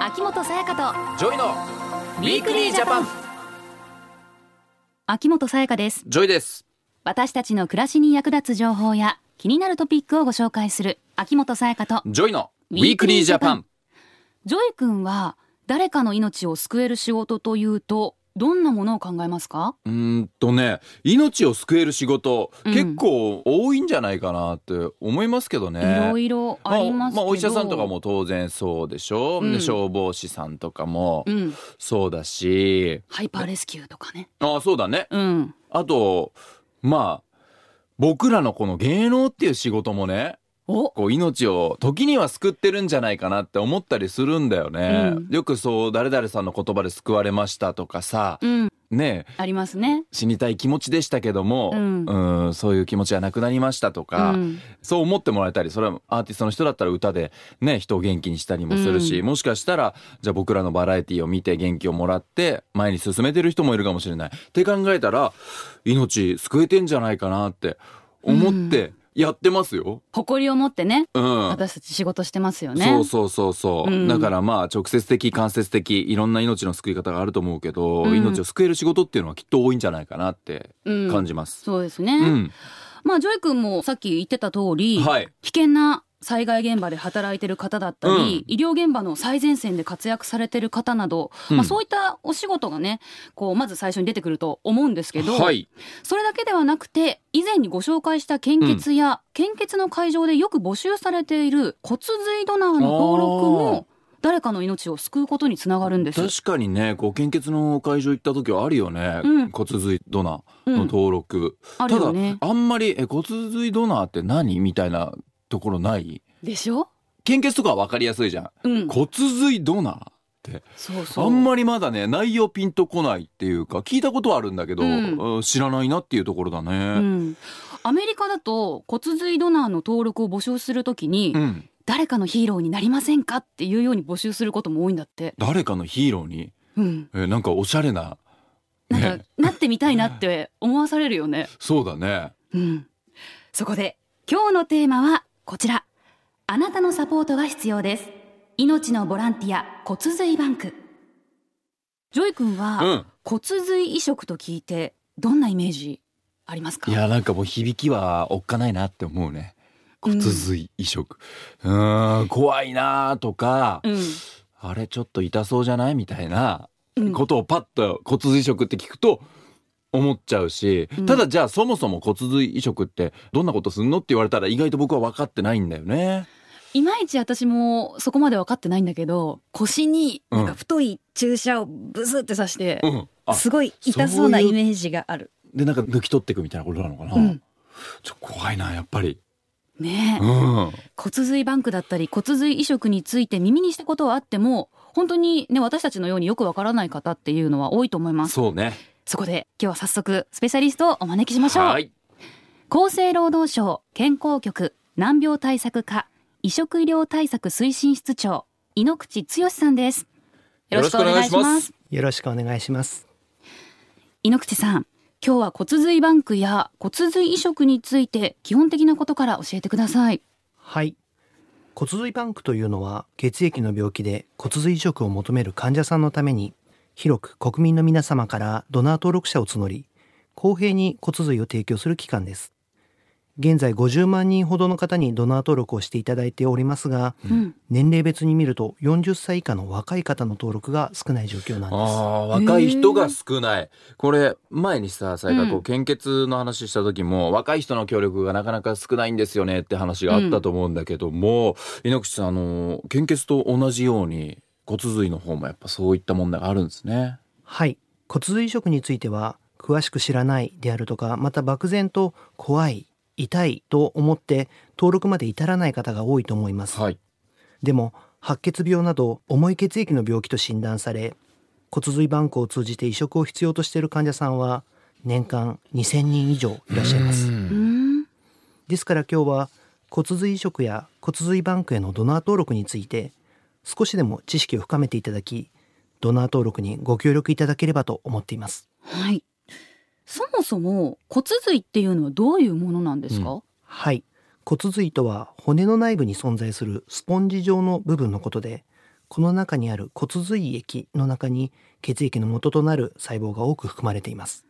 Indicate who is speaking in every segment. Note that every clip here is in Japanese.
Speaker 1: 秋元さやかと
Speaker 2: ジョイのウィークリージャパン
Speaker 1: 秋元さやかです
Speaker 2: ジョイです
Speaker 1: 私たちの暮らしに役立つ情報や気になるトピックをご紹介する秋元さやかと
Speaker 2: ジョイのウィークリージャパン
Speaker 1: ジョイ君は誰かの命を救える仕事というとどんなものを考えますか
Speaker 2: うーんとね命を救える仕事、
Speaker 1: うん
Speaker 2: 結構多いんじゃないかなって思いますけど
Speaker 1: い
Speaker 2: ね
Speaker 1: ろいろありますけど、
Speaker 2: あ、お医者さんとかも当然そうでしょ、
Speaker 1: うん
Speaker 2: で消防士さんとかも
Speaker 1: うん
Speaker 2: そうだし、
Speaker 1: ハイパーレスキューとかね
Speaker 2: あそうだね
Speaker 1: うん
Speaker 2: あとまあ僕らのこの芸能っていう仕事もね
Speaker 1: お
Speaker 2: こう命を時には救ってるんじゃないかなって思ったりするんだよね、
Speaker 1: うん
Speaker 2: よくそう誰々さんの言葉で救われましたとかさ
Speaker 1: うん
Speaker 2: ねえ
Speaker 1: ありますね
Speaker 2: 死にたい気持ちでしたけども、
Speaker 1: うん
Speaker 2: んそういう気持ちはなくなりましたとか、
Speaker 1: うん
Speaker 2: そう思ってもらえたりそれはアーティストの人だったら歌でね人を元気にしたりもするし、
Speaker 1: う
Speaker 2: もしかしたらじゃあ僕らのバラエティを見て元気をもらって前に進めてる人もいるかもしれないって考えたら命救えてんじゃないかなって思ってやってますよ。
Speaker 1: 誇りを持ってね
Speaker 2: うん、
Speaker 1: 私たち仕事してますよね
Speaker 2: そうそうそうそう、
Speaker 1: うん
Speaker 2: だからまあ直接的間接的いろんな命の救い方があると思うけど、
Speaker 1: うん
Speaker 2: 命を救える仕事っていうのはきっと多いんじゃないかなって
Speaker 1: うん
Speaker 2: 感じます。
Speaker 1: そうですね、
Speaker 2: うん、
Speaker 1: まあジョイ君もさっき言ってた通り、
Speaker 2: はい
Speaker 1: 危険な災害現場で働いてる方だったり、
Speaker 2: うん
Speaker 1: 医療現場の最前線で活躍されてる方など、
Speaker 2: うん
Speaker 1: まあ、そういったお仕事がねこうまず最初に出てくると思うんですけど、
Speaker 2: はい、
Speaker 1: それだけではなくて以前にご紹介した献血や、献血の会場でよく募集されている骨髄ドナーの登録も誰かの命を救うことにつながるんです。
Speaker 2: 確かにねこう献血の会場行った時はあるよね、
Speaker 1: うん
Speaker 2: 骨髄ドナ
Speaker 1: う
Speaker 2: ーの
Speaker 1: ん、
Speaker 2: 登録、
Speaker 1: ある
Speaker 2: ただ
Speaker 1: よね。
Speaker 2: あんまりえ骨髄ドナーって何みたいなところない
Speaker 1: でしょ？
Speaker 2: 献血とかは分かりやすいじゃん、
Speaker 1: うん。
Speaker 2: 骨髄ドナー
Speaker 1: そうそう。
Speaker 2: あんまりまだね内容ピンとこないっていうか聞いたことはあるんだけど、
Speaker 1: うん
Speaker 2: うん知らないなっていうところだね。
Speaker 1: うん、アメリカだと骨髄ドナーの登録を募集するときに、
Speaker 2: うん、
Speaker 1: 誰かのヒーローになりませんかっていうように募集することも多いんだって、
Speaker 2: 誰かのヒーローに、
Speaker 1: うん、
Speaker 2: えーなんかおしゃれな、
Speaker 1: なんか、なってみたいなって思わされるよね、
Speaker 2: そうだね
Speaker 1: うん、そこで今日のテーマはこちらあなたのサポートが必要です命のボランティア骨髄バンクジョイ君は、
Speaker 2: うん
Speaker 1: 骨髄移植と聞いてどんなイメージありますか
Speaker 2: いやなんかもう響きはおっかないなって思うね
Speaker 1: うん
Speaker 2: 骨髄移植うーん怖いなとか、
Speaker 1: うん
Speaker 2: あれちょっと痛そうじゃないみたいな
Speaker 1: うん
Speaker 2: ことをパッと骨髄移植って聞くと思っちゃうし、
Speaker 1: うん
Speaker 2: ただじゃあそもそも骨髄移植ってどんなことすんのって言われたら意外と僕は分かってないんだよね。
Speaker 1: いまいち私もそこまで分かってないんだけど腰になんか太い注射をブスって刺して、
Speaker 2: うん、あ
Speaker 1: すごい痛そうな
Speaker 2: そうい
Speaker 1: イ
Speaker 2: う
Speaker 1: メージがある。
Speaker 2: でなんか抜き取っていくみたいなことなのかな、
Speaker 1: うん
Speaker 2: ちょっと怖いなやっぱり。
Speaker 1: ねえ、
Speaker 2: うん
Speaker 1: 骨髄バンクだったり骨髄移植について耳にしたことはあっても本当にね私たちのようによくわからない方っていうのは多いと思います
Speaker 2: そうね。
Speaker 1: そこで今日は早速スペシャリストをお招きしましょう、
Speaker 2: はい。
Speaker 1: 厚生労働省健康局難病対策課移植医療対策推進室長井ノ口剛さんですよろしくお願いし
Speaker 2: よろしくお願
Speaker 1: ま
Speaker 2: いしますす
Speaker 3: よろしくお願いします。
Speaker 1: 井ノ口さん今日は骨髄バンクや骨髄移植について基本的なことから教えてください
Speaker 3: はい。骨髄バンクというのは血液の病気で骨髄移植を求める患者さんのために広く国民の皆様からドナー登録者を募り公平に骨髄を提供する機関です。現在50万人ほどの方にドナー登録をしていただいておりますが、
Speaker 1: うん、
Speaker 3: 年齢別に見ると40歳以下の若い方の登録が少ない状況なん
Speaker 2: あ
Speaker 3: です。
Speaker 2: あ若い人が少ない。これ前にさ最後こう献血の話した時も、若い人の協力がなかなか少ないんですよねって話があったと思うんだけども、井ノ口さんあの献血と同じように骨髄の方もやっぱそういった問題があるんですね。
Speaker 3: はい骨髄移植については詳しく知らないであるとかまた漠然と怖い痛いと思って登録まで至らない方が多いと思います、
Speaker 2: はい。
Speaker 3: でも白血病など重い血液の病気と診断され骨髄バンクを通じて移植を必要としている患者さんは年間2000人以上いらっしゃいます
Speaker 1: うん
Speaker 3: ですから今日は骨髄移植や骨髄バンクへのドナー登録について少しでも知識を深めていただきドナー登録にご協力いただければと思っています
Speaker 1: はい。そもそも骨髄っていうのはどういうものなんですか？
Speaker 3: はい骨髄とは骨の内部に存在するスポンジ状の部分のことでこの中にある骨髄液の中に血液の元となる細胞が多く含まれています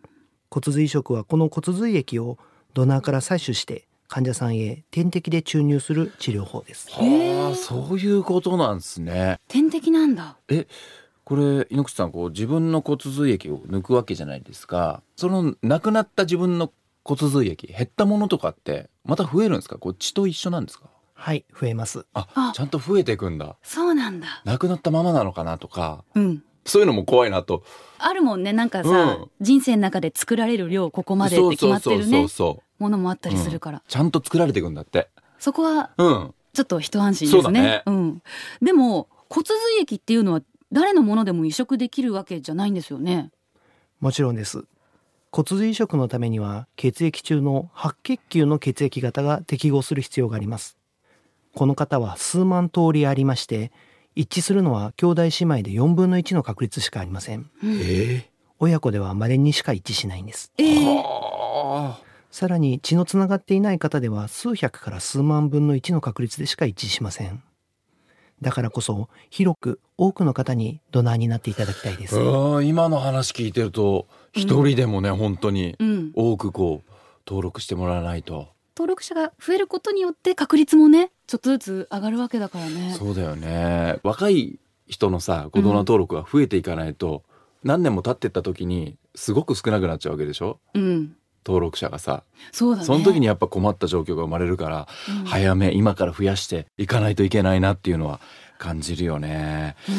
Speaker 3: 骨髄移植はこの骨髄液をドナーから採取して患者さんへ点滴で注入する治療法です
Speaker 2: はあそういうことなんですね
Speaker 1: 点滴なんだ
Speaker 2: えこれ井ノ口さんこう自分の骨髄液を抜くわけじゃないですかそのなくなった自分の骨髄液減ったものとかってまた増えるんですかこう血と一緒なんですか
Speaker 3: はい増えます
Speaker 2: あ
Speaker 1: あ
Speaker 2: ちゃんと増えていくんだ
Speaker 1: そうなんだ
Speaker 2: なくなったままなのかなとか
Speaker 1: うん
Speaker 2: そういうのも怖いなと
Speaker 1: あるもんねなんかさ、
Speaker 2: うん
Speaker 1: 人生の中で作られる量ここまでっ
Speaker 2: そう
Speaker 1: て決まってる
Speaker 2: そうそ
Speaker 1: ね
Speaker 2: うそうそう
Speaker 1: ものもあったりするから、
Speaker 2: ちゃんと作られていくんだって
Speaker 1: そこは
Speaker 2: うん
Speaker 1: ちょっと一安心
Speaker 2: そ
Speaker 1: で
Speaker 2: う
Speaker 1: す
Speaker 2: だ
Speaker 1: ね
Speaker 2: ね
Speaker 1: ん、でも骨髄液っていうのは誰のものでも移植できるわけじゃないんですよね
Speaker 3: もちろんです骨髄移植のためには血液中の白血球の血液型が適合する必要がありますこの方は数万通りありまして一致するのは兄弟姉妹で4分の1の確率しかありません
Speaker 2: え
Speaker 3: 親子では稀にしか一致しないんです
Speaker 1: え
Speaker 2: え
Speaker 1: ー、
Speaker 2: はあ
Speaker 3: さらに血のつながっていない方では数百から数万分の1の確率でしか一致しませんだからこそ広く多くの方にドナーになっていただきたいです
Speaker 2: うん今の話聞いてると一人でもね、本当に
Speaker 1: うん、
Speaker 2: 多くこう登録してもらわないと、
Speaker 1: 登録者が増えることによって確率もねちょっとずつ上がるわけだからね
Speaker 2: そうだよね若い人のさ子供の登録が増えていかないと、何年も経ってった時にすごく少なくなっちゃうわけでしょ
Speaker 1: うん
Speaker 2: 登録者がさ
Speaker 1: そうだね
Speaker 2: その時にやっぱ困った状況が生まれるから、
Speaker 1: うん
Speaker 2: 早め今から増やしていかないといけないなっていうのは感じるよね。
Speaker 1: う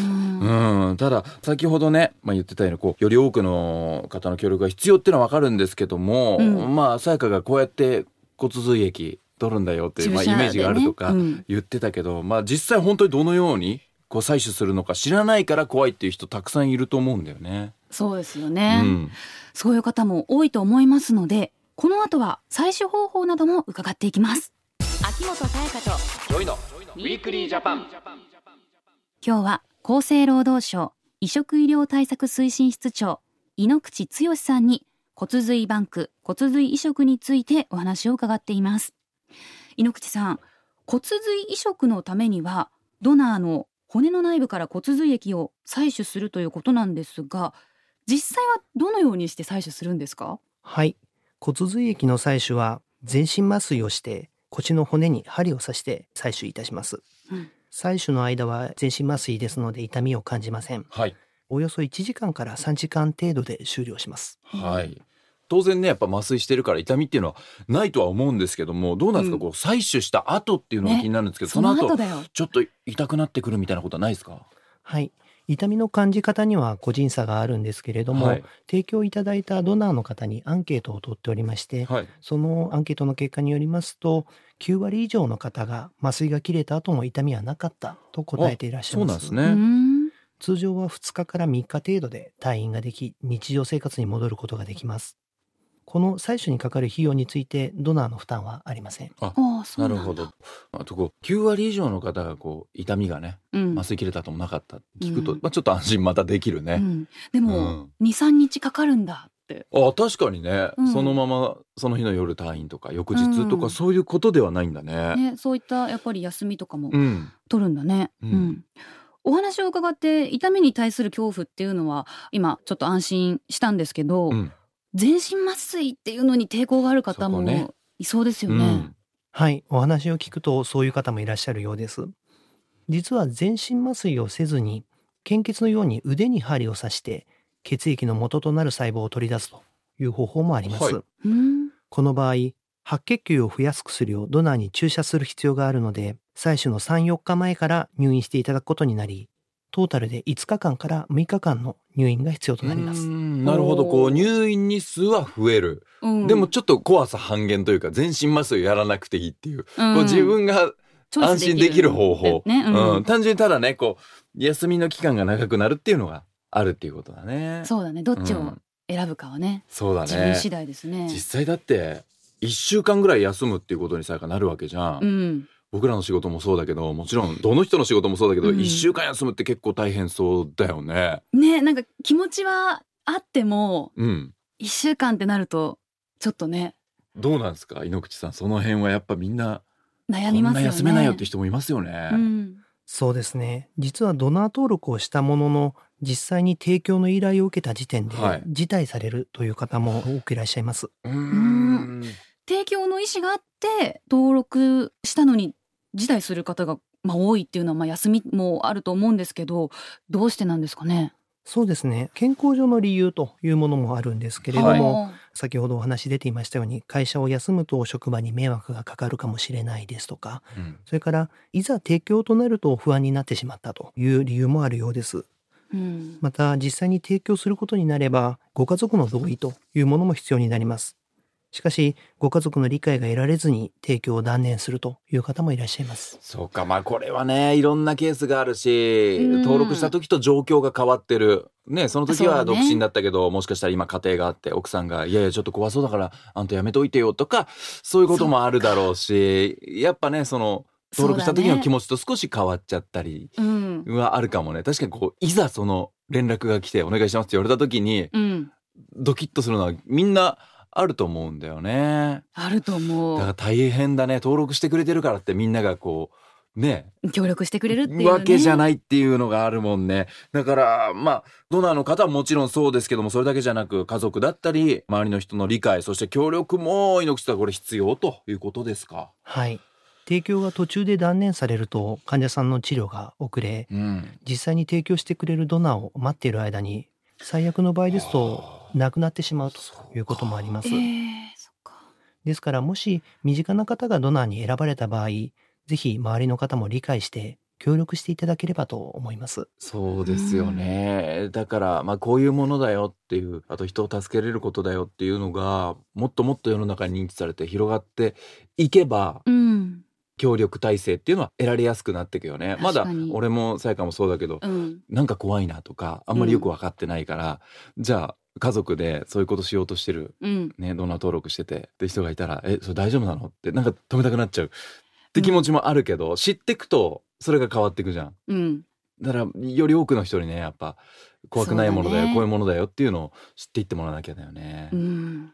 Speaker 1: ん
Speaker 2: うん、ただ先ほどね、まあ、言ってたようにこうより多くの方の協力が必要っていうのは分かるんですけども、
Speaker 1: うん
Speaker 2: まあさやかがこうやって骨髄液取るんだよっていう、まあ、イ
Speaker 1: 注射
Speaker 2: メージがあるとか
Speaker 1: でねうん
Speaker 2: 言ってたけど、まあ実際本当にどのようにこう採取するのか知らないから怖いっていう人たくさんいると思うんだよね。
Speaker 1: そうですよ
Speaker 2: う
Speaker 1: ね、
Speaker 2: ん、
Speaker 1: そういう方も多いと思いますのでこの後は採取方法なども伺っていきます秋元彩香と
Speaker 2: ジョイのウィークリージャパン
Speaker 1: 今日は厚生労働省移植医療対策推進室長井ノ口剛さんに骨髄バンク骨髄移植についてお話を伺っています井ノ口さん骨髄移植のためにはドナーの骨の内部から骨髄液を採取するということなんですが実際はどのようにして採取するんですか
Speaker 3: はい骨髄液の採取は全身麻酔をして腰の骨に針を刺して採取いたします、
Speaker 1: うん
Speaker 3: 採取の間は全身麻酔ですので痛みを感じません
Speaker 2: はい
Speaker 3: およそ1時間から3時間程度で終了します
Speaker 2: はい。当然ね、やっぱ麻酔してるから痛みっていうのはないとは思うんですけども、どうなんですか、
Speaker 1: うん
Speaker 2: こう採取した後っていうのが
Speaker 1: ね
Speaker 2: 気になるんですけど、
Speaker 1: そ
Speaker 2: その
Speaker 1: の
Speaker 2: 後
Speaker 1: 後だよ
Speaker 2: ちょっと痛くなってくるみたいなことはないですか。
Speaker 3: はい痛みの感じ方には個人差があるんですけれども、
Speaker 2: はい
Speaker 3: 提供いただいたドナーの方にアンケートを取っておりまして、
Speaker 2: はい。
Speaker 3: そのアンケートの結果によりますと9割以上の方が麻酔が切れた後も痛みはなかったと答えていらっしゃい
Speaker 2: そう
Speaker 3: ます
Speaker 2: な
Speaker 1: うー
Speaker 2: んですね。
Speaker 1: ん
Speaker 3: 通常は2日から3日程度で退院ができ日常生活に戻ることができますこの採取にかかる費用についてドナーの負担はありません
Speaker 1: ああそう
Speaker 2: な
Speaker 1: なん
Speaker 2: る
Speaker 1: だ
Speaker 2: ほど。あとこう9割以上の方がこう痛みがね、
Speaker 1: うん
Speaker 2: 麻酔切れたともなかった。聞くと、
Speaker 1: うん
Speaker 2: まあちょっと安心またできる
Speaker 1: う
Speaker 2: ね。
Speaker 1: ん、で
Speaker 2: う
Speaker 1: も
Speaker 2: ん
Speaker 1: 二三日かかるんだって
Speaker 2: あ確かにね、
Speaker 1: うん
Speaker 2: そのままその日の夜退院とか翌日と
Speaker 1: う
Speaker 2: か
Speaker 1: ん
Speaker 2: そういうことではないんだね。
Speaker 1: ね、そういったやっぱり休みとかも
Speaker 2: うん。
Speaker 1: 取るんだね。
Speaker 2: う
Speaker 1: うんん、お話を伺って痛みに対する恐怖っていうのは今ちょっと安心したんですけど、
Speaker 2: うん
Speaker 1: 全身麻酔っていうのに抵抗がある方
Speaker 2: そこね
Speaker 1: もいそうですよ
Speaker 2: う
Speaker 1: ね。
Speaker 2: ん。
Speaker 3: はいお話を聞くとそういう方もいらっしゃるようです実は全身麻酔をせずに献血のように腕に針を刺して血液の元となる細胞を取り出すという方法もあります、
Speaker 2: はい
Speaker 1: うん
Speaker 3: この場合、白血球を増やす薬をドナーに注射する必要があるので、採取の3、4日前から入院していただくことになり、トータルで5日間から6日間の入院が必要となりま
Speaker 2: う
Speaker 3: す。
Speaker 2: んなるほど。こう入院日数は増える。
Speaker 1: うん
Speaker 2: でも、ちょっと怖さ半減というか全身麻酔やらなくていいっていう、
Speaker 1: うん
Speaker 2: こう自分が
Speaker 1: チョイス
Speaker 2: 安心できる方
Speaker 1: だ
Speaker 2: 法
Speaker 1: よ、ね、う
Speaker 2: うんん単純にただねこう休みの期間が長くなるっていうのがあるっていうことだね
Speaker 1: そうだねどっち
Speaker 2: う
Speaker 1: を
Speaker 2: ん
Speaker 1: 選ぶかはね、
Speaker 2: そうだ
Speaker 1: 自分
Speaker 2: ね
Speaker 1: 次第ですね。
Speaker 2: 実際だって1週間ぐらい休むっていうことにさやかなるわけじゃん、
Speaker 1: うん、
Speaker 2: 僕らの仕事もそうだけどもちろんどの人の仕事もそうだけど、
Speaker 1: うん
Speaker 2: 1週間休むって結構大変そうだよね
Speaker 1: ねなんか気持ちはあっても
Speaker 2: うん
Speaker 1: 一週間ってなるとちょっとね
Speaker 2: どうなんですか井ノ口さんその辺はやっぱみんな
Speaker 1: 悩
Speaker 2: こ
Speaker 1: み
Speaker 2: ん
Speaker 1: ます
Speaker 2: な
Speaker 1: よね。
Speaker 2: 休めないよって人もいますよね、
Speaker 1: うん、
Speaker 3: そうですね。実はドナー登録をしたものの、実際に提供の依頼を受けた時点で
Speaker 2: はい
Speaker 3: 辞退されるという方も多くいらっしゃいます。
Speaker 2: うー
Speaker 1: ん提供の意思があって登録したのに辞退する方が、まあ、多いっていうのは、まあ、休みもあると思うんですけどどうしてなんですかね
Speaker 3: そうですね。健康上の理由というものもあるんですけれども、先ほどお話出ていましたように、会社を休むと職場に迷惑がかかるかもしれないですとか、
Speaker 2: うん
Speaker 3: それからいざ提供となると不安になってしまったという理由もあるようです。
Speaker 1: うん
Speaker 3: また実際に提供することになればご家族の同意というものも必要になりますしかしご家族の理解が得られずに提供を断念するという方もいらっしゃいます
Speaker 2: そうかまあこれはねいろんなケースがあるし、
Speaker 1: うん
Speaker 2: 登録した時と状況が変わってるねその時
Speaker 1: そ
Speaker 2: は
Speaker 1: うだ
Speaker 2: 独
Speaker 1: ね
Speaker 2: 身だったけど、もしかしたら今家庭があって奥さんが「いやいやちょっと怖そうだからあんたやめといてよ」とかそういうこともあるだろうしやっぱねその登録した時の気
Speaker 1: 持ち
Speaker 2: 持ちと少し変わっちゃったり
Speaker 1: うん、
Speaker 2: はあるかもね確かにこういざその連絡が来て「お願いします」って言われた時に
Speaker 1: うん、
Speaker 2: ドキッとするのはみんなあると思うんだよね。
Speaker 1: あると思
Speaker 2: だから
Speaker 1: う
Speaker 2: 大変だね登録してくれてるからってみんながこうね
Speaker 1: 協力してくれるっていう、ね、
Speaker 2: わけじゃ
Speaker 1: い
Speaker 2: ないっていうのがあるもんねだからまあドナーの方はもちろんそうですけどもそれだけじゃなく家族だったり周りの人の理解そして協力も猪木さんこれ必要ということですか。
Speaker 3: はい提供が途中で断念されると患者さんの治療が遅れ
Speaker 2: うん、
Speaker 3: 実際に提供してくれるドナーを待っている間に最悪の場合ですと
Speaker 2: はあ
Speaker 3: 亡くなってしまうと
Speaker 2: そうか
Speaker 3: いうこともあります
Speaker 1: えーそっか
Speaker 3: ですからもし身近な方がドナーに選ばれた場合ぜひ周りの方も理解して協力していただければと思います
Speaker 2: そうですよね、だからまあこういうものだよっていうあと人を助けれることだよっていうのがもっともっと世の中に認知されて広がっていけば
Speaker 1: うん
Speaker 2: 協力体制っていうのは得られやすくなっていくよねまだ
Speaker 1: 確かに
Speaker 2: 俺もさやかもそうだけど、
Speaker 1: うん
Speaker 2: なんか怖いなとかあんまりよく分かってないから、じゃあ家族でそういうことしようとしてる
Speaker 1: うん
Speaker 2: ねドナー登録しててって人がいたら「えそれ大丈夫なの?」ってなんか止めたくなっちゃうって気持ちもあるけど、知ってくとそれが変わっていくじゃん。
Speaker 1: うん
Speaker 2: だからより多くの人にねやっぱ怖くないものだよ
Speaker 1: そうだね
Speaker 2: こういうものだよっていうのを知っていってもらわなきゃだよね。
Speaker 1: うん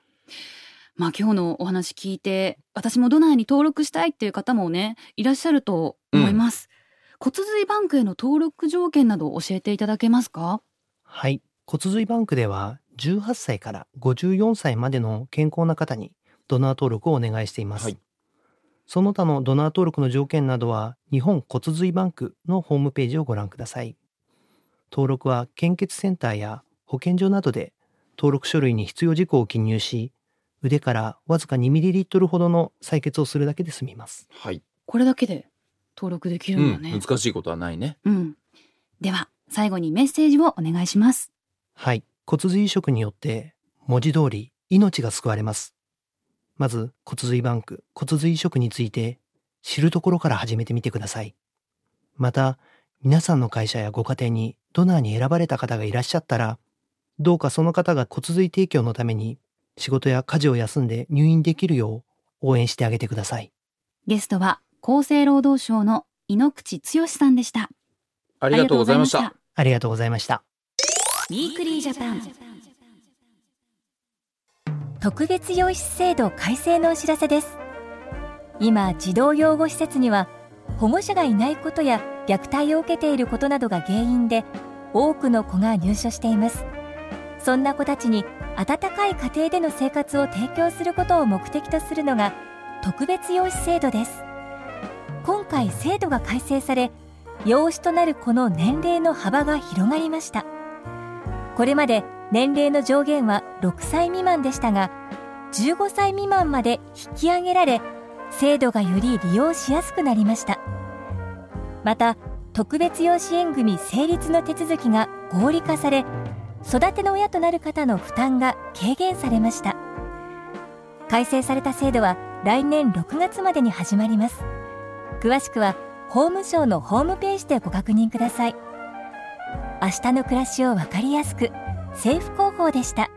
Speaker 1: まあ今日のお話聞いて私もドナーに登録したいっていう方もねいらっしゃると思います、骨髄バンクへの登録条件などを教えていただけますか
Speaker 3: はい。骨髄バンクでは18歳から54歳までの健康な方にドナー登録をお願いしています。
Speaker 2: はい
Speaker 3: その他のドナー登録の条件などは日本骨髄バンクのホームページをご覧ください。登録は献血センターや保健所などで登録書類に必要事項を記入し、腕からわずか 2ml ほどの採血をするだけで済みます。
Speaker 2: はい、
Speaker 1: これだけで登録できる
Speaker 2: うん
Speaker 1: だ
Speaker 2: ん、
Speaker 1: ね、
Speaker 2: 難しいことはないね。
Speaker 1: うんでは最後にメッセージをお願いします
Speaker 3: はい。骨髄移植によって、文字通り命が救われます。まず、骨髄バンク、骨髄移植について、知るところから始めてみてください。また、皆さんの会社やご家庭にドナーに選ばれた方がいらっしゃったら、どうかその方が骨髄提供のために、仕事や家事を休んで入院できるよう応援してあげてください。
Speaker 1: ゲストは厚生労働省の井ノ口剛さんでした
Speaker 2: あ
Speaker 1: あ
Speaker 2: りがとうございました。
Speaker 3: ありがとうございました。
Speaker 1: ウィークリージャパン
Speaker 4: 特別養子制度改正のお知らせです今児童養護施設には保護者がいないことや虐待を受けていることなどが原因で多くの子が入所していますそんな子たちに温かい家庭での生活を提供することを目的とするのが特別養子制度です今回制度が改正され養子となる子の年齢の幅が広がりましたこれまで年齢の上限は6歳未満でしたが15歳未満まで引き上げられ制度がより利用しやすくなりましたまた特別養子縁組成立の手続きが合理化され育ての親となる方の負担が軽減されました改正された制度は来年6月までに始まります詳しくは法務省のホームページでご確認ください明日の暮らしをわかりやすく政府広報でした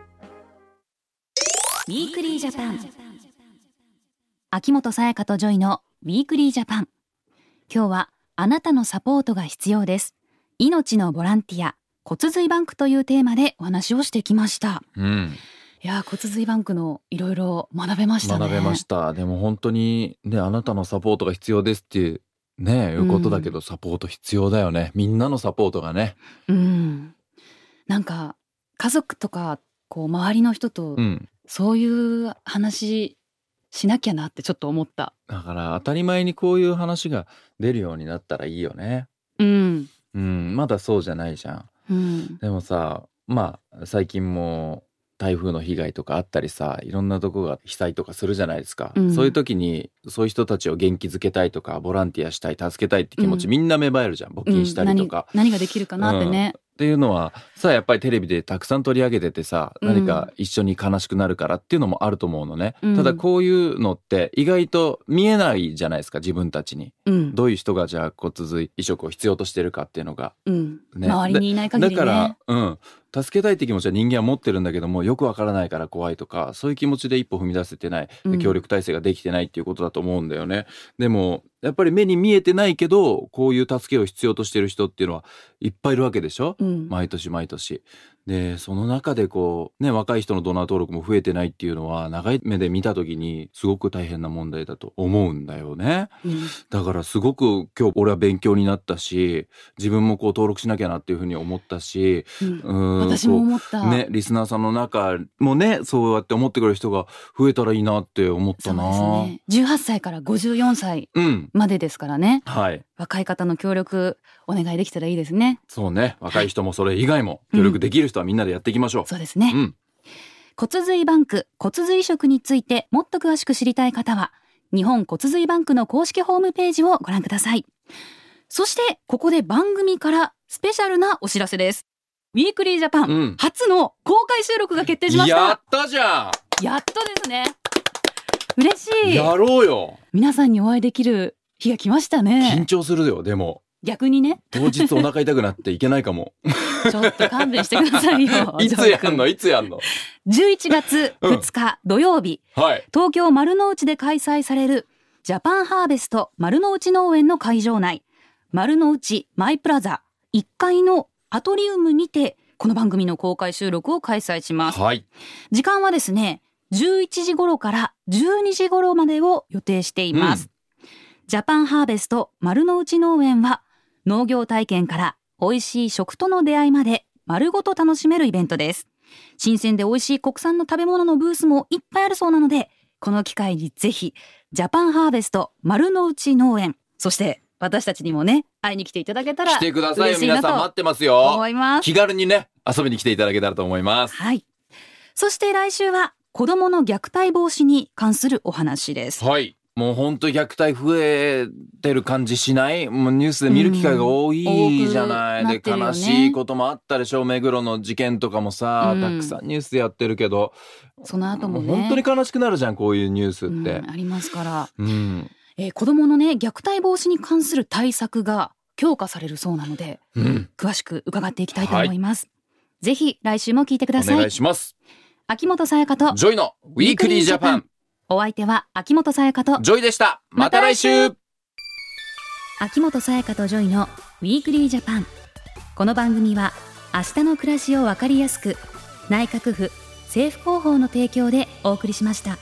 Speaker 1: ウィークリージャパン秋元才加とジョイのウィークリージャパン今日はあなたのサポートが必要です命のボランティア骨髄バンクというテーマでお話をしてきました
Speaker 2: うん
Speaker 1: いやー骨髄バンクのいろいろ学べましたね
Speaker 2: 学べましたでも本当にねあなたのサポートが必要ですってねえいうことだけど、サポート必要だよねみんなのサポートがね
Speaker 1: うん、なんか家族とかこう周りの人と
Speaker 2: うん
Speaker 1: そういう話しなきゃなってちょっと思った。
Speaker 2: だから当たり前にこういう話が出るようになったらいいよね
Speaker 1: うん、
Speaker 2: うんまだそうじゃないじゃん
Speaker 1: うん、
Speaker 2: でもさまあ最近も台風の被害とかあったりさいろんなとこが被災とかするじゃないですか、
Speaker 1: うん
Speaker 2: そういう時にそういう人たちを元気づけたいとかボランティアしたい助けたいって気持ち、
Speaker 1: うん
Speaker 2: みんな芽生えるじゃん募金したりとか、
Speaker 1: うん何何ができるかなってね。
Speaker 2: っていうのはさやっぱりテレビでたくさん取り上げててさ
Speaker 1: うん
Speaker 2: 何か一緒に悲しくなるからっていうのもあると思うのね、
Speaker 1: うん
Speaker 2: ただこういうのって意外と見えないじゃないですか自分たちに
Speaker 1: うん、
Speaker 2: どういう人がじゃあ骨髄移植を必要としてるかっていうのが
Speaker 1: うん、
Speaker 2: ね
Speaker 1: 周りにいない限り
Speaker 2: だ
Speaker 1: ね。
Speaker 2: から、うん、助けたいって気持ちは人間は持ってるんだけどもよくわからないから怖いとかそういう気持ちで一歩踏み出せてない、で
Speaker 1: うん
Speaker 2: 協力体制ができてないっていうことだと思うんだよねでもやっぱり目に見えてないけどこういう助けを必要としてる人っていうのはいっぱいいるわけでしょ
Speaker 1: うん、
Speaker 2: 毎年毎年でその中でこうね若い人のドナー登録も増えてないっていうのは長い目で見た時にすごく大変な問題だと思うんだよね。
Speaker 1: うん
Speaker 2: だからすごく今日俺は勉強になったし自分もこう登録しなきゃなっていうふうに思ったし
Speaker 1: うん
Speaker 2: うーん
Speaker 1: 私も思った。
Speaker 2: こうねリスナーさんの中もねそうやって思ってくれる人が増えたらいいなって思っ
Speaker 1: そ
Speaker 2: た
Speaker 1: う
Speaker 2: な
Speaker 1: ですね。18歳から54歳
Speaker 2: うん
Speaker 1: までですからね。
Speaker 2: はい
Speaker 1: 若い方の協力お願いできたらいいですね。
Speaker 2: そうね若い人もそれ以外も協力できる人はみんなでやっていきましょう、
Speaker 1: そうですね。
Speaker 2: うん
Speaker 1: 骨髄バンク骨髄移植についてもっと詳しく知りたい方は日本骨髄バンクの公式ホームページをご覧くださいそしてここで番組からスペシャルなお知らせですウィークリージャパン、
Speaker 2: うん
Speaker 1: 初の公開収録が決定しました
Speaker 2: や
Speaker 1: や
Speaker 2: ったじゃ
Speaker 1: っとですね嬉し
Speaker 2: ん
Speaker 1: い
Speaker 2: やろうよ
Speaker 1: 皆さんにお会いできる日が来ました
Speaker 2: 緊
Speaker 1: ね
Speaker 2: 張するよでも
Speaker 1: 逆にね
Speaker 2: 当日お腹痛くなっていけないかも
Speaker 1: ちょっと勘弁してくださいよ
Speaker 2: いつ
Speaker 1: ジ
Speaker 2: やんの
Speaker 1: ョー君
Speaker 2: いつやんの
Speaker 1: 11月2日土曜日、
Speaker 2: はい
Speaker 1: 東京丸の内で開催されるジャパンハーベスト丸の内農園の会場内丸の内マイプラザ1階のアトリウムにてこの番組の公開収録を開催します
Speaker 2: はい
Speaker 1: 時間はですね11時頃から12時頃までを予定しています、ジャパンハーベスト丸の内農園は農業体験から美味しい食との出会いまで丸ごと楽しめるイベントです新鮮で美味しい国産の食べ物のブースもいっぱいあるそうなのでこの機会にぜひジャパンハーベスト丸の内農園そして私たちにもね会いに来ていただけたら
Speaker 2: 来てくださいよ
Speaker 1: 嬉しいな
Speaker 2: 皆
Speaker 1: と
Speaker 2: さん待ってますよ
Speaker 1: 思います
Speaker 2: 気軽にね遊びに来ていただけたらと思います
Speaker 1: はい。そして来週は子供の虐待防止に関するお話です。
Speaker 2: はいもうほんと虐待増えてる感じしないもうニュースで見る機会が多
Speaker 1: うん多
Speaker 2: い
Speaker 1: く
Speaker 2: じゃない、
Speaker 1: なって
Speaker 2: で
Speaker 1: るよね
Speaker 2: 悲しいこともあったでしょ目黒の事件とかもさ、
Speaker 1: うん
Speaker 2: たくさんニュースでやってるけど
Speaker 1: その後もね。
Speaker 2: う本当に悲しくなるじゃんこういうニュースって
Speaker 1: うんありますから、
Speaker 2: うん、うん
Speaker 1: えー子供のね虐待防止に関する対策が強化されるそうなので詳しく伺っていきたいと思います。ぜひ来週も聞いてくだ
Speaker 2: お
Speaker 1: さ
Speaker 2: 願い
Speaker 1: い。
Speaker 2: します
Speaker 1: 秋元さやかと
Speaker 2: ジョイのウィークリージャパン
Speaker 1: お相手は秋元さやかと
Speaker 2: ジョイでしたまた来週
Speaker 1: 秋元才加とジョイのウィークリージャパンこの番組は明日の暮らしをわかりやすく内閣府政府広報の提供でお送りしました。